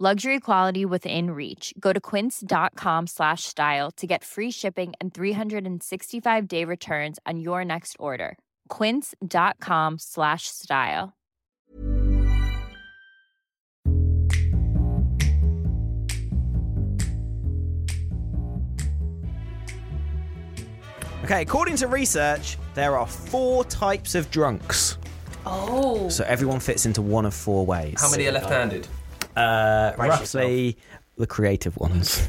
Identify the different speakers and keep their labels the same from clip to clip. Speaker 1: Luxury quality within reach. Go to quince.com slash style to get free shipping and 365 day returns on your next order. Quince.com slash style.
Speaker 2: Okay, according to research, there are four types of drunks. Oh. So everyone fits into one of four ways.
Speaker 3: How many are left-handed?
Speaker 2: Uh, roughly the creative ones.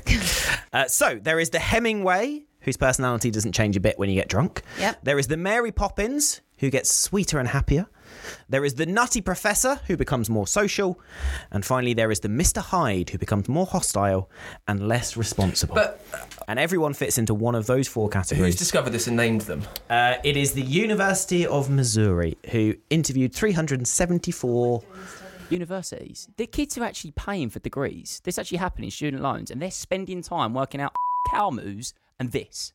Speaker 2: uh, so there is the Hemingway, whose personality doesn't change a bit when you get drunk.
Speaker 4: Yep.
Speaker 2: There is the Mary Poppins, who gets sweeter and happier. There is the Nutty Professor, who becomes more social. And finally, there is the Mr. Hyde, who becomes more hostile and less responsible.
Speaker 3: But- uh,
Speaker 2: and everyone fits into one of those four
Speaker 3: Who's
Speaker 2: categories.
Speaker 3: discovered this and named them?
Speaker 2: Uh, it is the University of Missouri who interviewed 374.
Speaker 5: universities. The kids are actually paying for degrees. This actually happening in student loans, and they're spending time working out cow moves and this.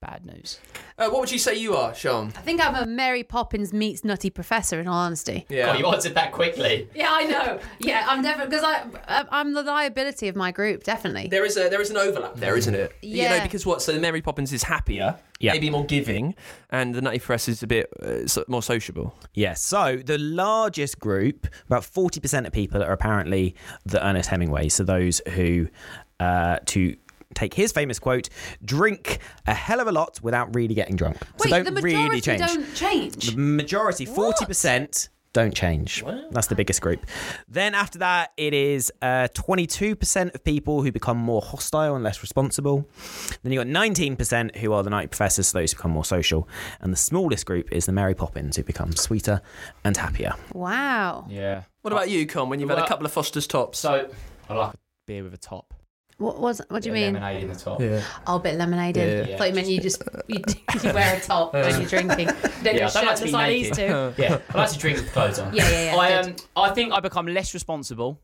Speaker 5: Bad news.
Speaker 3: Uh, what would you say you are, Sean?
Speaker 4: I think I'm a Mary Poppins meets Nutty Professor. In all honesty.
Speaker 3: Yeah.
Speaker 5: God, you answered that quickly.
Speaker 4: Yeah, I know. Yeah, I'm definitely because I I- I'm the liability of my group. Definitely.
Speaker 3: There is a there is an overlap there, isn't it? You know,
Speaker 4: Yeah.
Speaker 3: because what? So Mary Poppins is happier,
Speaker 2: Yeah.
Speaker 3: maybe more giving, and the Nutty Press is a bit uh, so- more sociable.
Speaker 2: Yeah, so the largest group, about 40% of people, are apparently the Ernest Hemingway. So those who, uh, to take his famous quote, drink a hell of a lot without really getting drunk.
Speaker 4: Wait,
Speaker 2: so
Speaker 4: the
Speaker 2: don't
Speaker 4: majority
Speaker 2: really change.
Speaker 4: don't
Speaker 2: The
Speaker 4: change.
Speaker 2: majority, forty percent, don't change. That's the biggest group. Then after that, it is uh, twenty-two percent of people who become more hostile and less responsible. Then you got nineteen percent who are the night professors, so those who become more social. And the smallest group is the Mary Poppins, who become sweeter and happier.
Speaker 4: Wow.
Speaker 5: Yeah.
Speaker 3: What about you, Con? When you've had a
Speaker 5: Well-
Speaker 3: couple of Foster's tops?
Speaker 5: So I like a beer with a top.
Speaker 4: What was? What do you mean?
Speaker 5: Lemonade in the top.
Speaker 3: yeah.
Speaker 4: Oh, a bit lemonade in.
Speaker 5: Yeah.
Speaker 4: Thought you meant you just you, you wear a top when you're drinking. Don't
Speaker 5: Yeah,
Speaker 4: yeah,
Speaker 5: I don't like to be
Speaker 4: like I
Speaker 5: naked.
Speaker 4: used to.
Speaker 5: Yeah. I like to drink with clothes on.
Speaker 4: Yeah, yeah, yeah,
Speaker 5: I
Speaker 4: good.
Speaker 5: um, I think I become less responsible.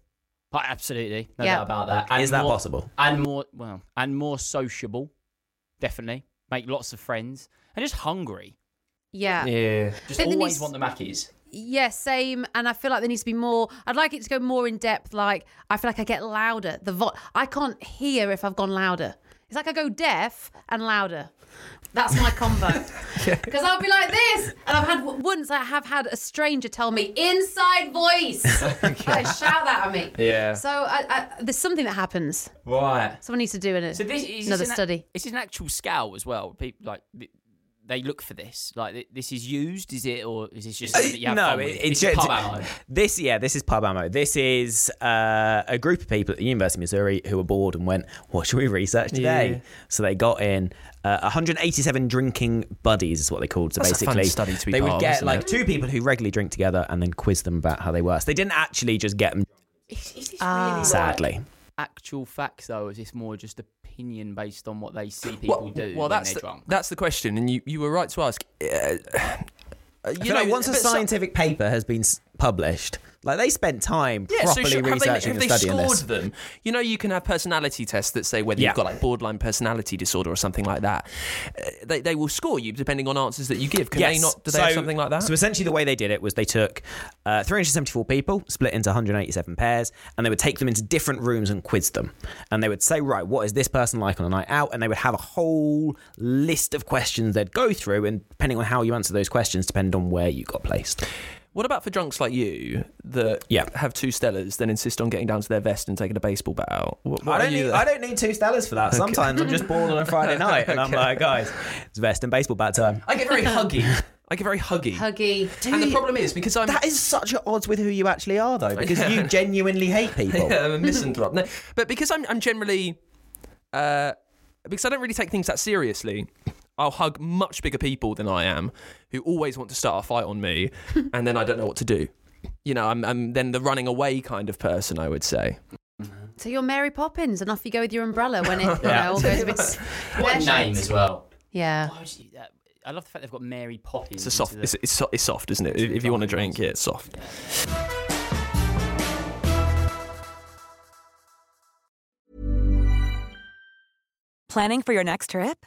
Speaker 5: But absolutely, no
Speaker 4: Yeah.
Speaker 5: doubt about that. And
Speaker 2: Is that
Speaker 5: more-
Speaker 2: possible?
Speaker 5: And more well, and more sociable, definitely. Make lots of friends and just hungry.
Speaker 4: Yeah. yeah.
Speaker 3: Yeah.
Speaker 5: Just
Speaker 4: But then
Speaker 5: always
Speaker 4: he's-
Speaker 5: want the Mackies.
Speaker 4: same. And I feel like there needs to be more. I'd like it to go more in depth. Like I feel like I get louder. The vo- I can't hear if I've gone louder. It's like I go deaf and louder. That's my combo. Because I'll be like this, and I've had once I have had a stranger tell me inside voice, like, shout that at me.
Speaker 3: Yeah.
Speaker 4: So I, I, there's something that happens.
Speaker 5: Right.
Speaker 4: Someone needs to do it.
Speaker 5: So this is
Speaker 4: another
Speaker 5: this an,
Speaker 4: study.
Speaker 5: This is an actual scale as well. People like th- they look for this. Like th- this is used, is it, or is this just
Speaker 3: Uh,
Speaker 5: something that you have
Speaker 2: no,
Speaker 5: fun with?
Speaker 2: it-
Speaker 5: This
Speaker 2: it's
Speaker 5: is
Speaker 2: just-
Speaker 5: pub ammo.
Speaker 2: This, yeah, this is pub ammo. This is uh, a group of people at the University of Missouri who were bored and went, "What should we research today?"
Speaker 3: Yeah.
Speaker 2: So they got in uh, 187 drinking buddies, is what they called. So
Speaker 3: That's a fun
Speaker 2: basically,
Speaker 3: study to be
Speaker 2: they
Speaker 3: part
Speaker 2: would
Speaker 3: of,
Speaker 2: get
Speaker 3: isn't
Speaker 2: like
Speaker 3: it?
Speaker 2: two people who regularly drink together and then quiz them about how they were. So they didn't actually just get them.
Speaker 5: Is, is this
Speaker 4: Ah.
Speaker 5: really
Speaker 2: Sadly,
Speaker 5: actual facts though? or Is this more just opinion based on what they see people
Speaker 3: Well,
Speaker 5: do
Speaker 3: well
Speaker 5: when
Speaker 3: that's
Speaker 5: they're
Speaker 3: the,
Speaker 5: drunk?
Speaker 3: that's the question, and you, you were right to ask. Uh, uh,
Speaker 2: you know, once a
Speaker 3: but some-
Speaker 2: scientific paper has been s- published, like they spent time
Speaker 3: Yeah, so
Speaker 2: properly
Speaker 3: sure, have they,
Speaker 2: researching
Speaker 3: have
Speaker 2: and
Speaker 3: they
Speaker 2: studying
Speaker 3: scored
Speaker 2: this.
Speaker 3: them? You know, you can have personality tests that say whether
Speaker 2: Yeah.
Speaker 3: you've got like borderline personality disorder or something like that. Uh, they, they will score you depending on answers that you give. Can they not? Do they have something like that?
Speaker 2: So essentially, the way they did it was they took uh, 374 people, split into 187 pairs, and they would take them into different rooms and quiz them. And they would say, right, what is this person like on a night out? And they would have a whole list of questions they'd go through, and depending on how you answer those questions, depend on where you got placed.
Speaker 3: What about for drunks like you that
Speaker 2: Yeah.
Speaker 3: have two Stellas, then insist on getting down to their vest and taking a baseball bat out? What, what
Speaker 2: I
Speaker 3: are
Speaker 2: don't,
Speaker 3: you
Speaker 2: need,
Speaker 3: there?
Speaker 2: I don't need two Stellas for that. Sometimes I'm just bored on a Friday night and I'm like, guys, it's vest and baseball bat time.
Speaker 3: I get very huggy. I get very huggy.
Speaker 4: Huggy.
Speaker 3: and the problem is because I'm
Speaker 2: That is such at odds with who you actually are, though, because you genuinely hate people.
Speaker 3: Yeah, I'm a misanthrope. No, but because I'm, I'm generally, uh, because I don't really take things that seriously, I'll hug much bigger people than I am, who always want to start a fight on me, and then I don't know what to do. You know, I'm, I'm then the running away kind of person. I would say.
Speaker 4: So you're Mary Poppins, and off you go with your umbrella when it you
Speaker 2: Yeah.
Speaker 4: know, all goes a bit. s-
Speaker 5: What name as well?
Speaker 4: Yeah.
Speaker 5: Why would you, that, I love the fact they've got Mary Poppins.
Speaker 3: It's a soft.
Speaker 5: into the-
Speaker 3: It's, it's, so, it's soft, isn't it? If, if you want to drink, yeah, it's soft.
Speaker 6: Planning for your next trip?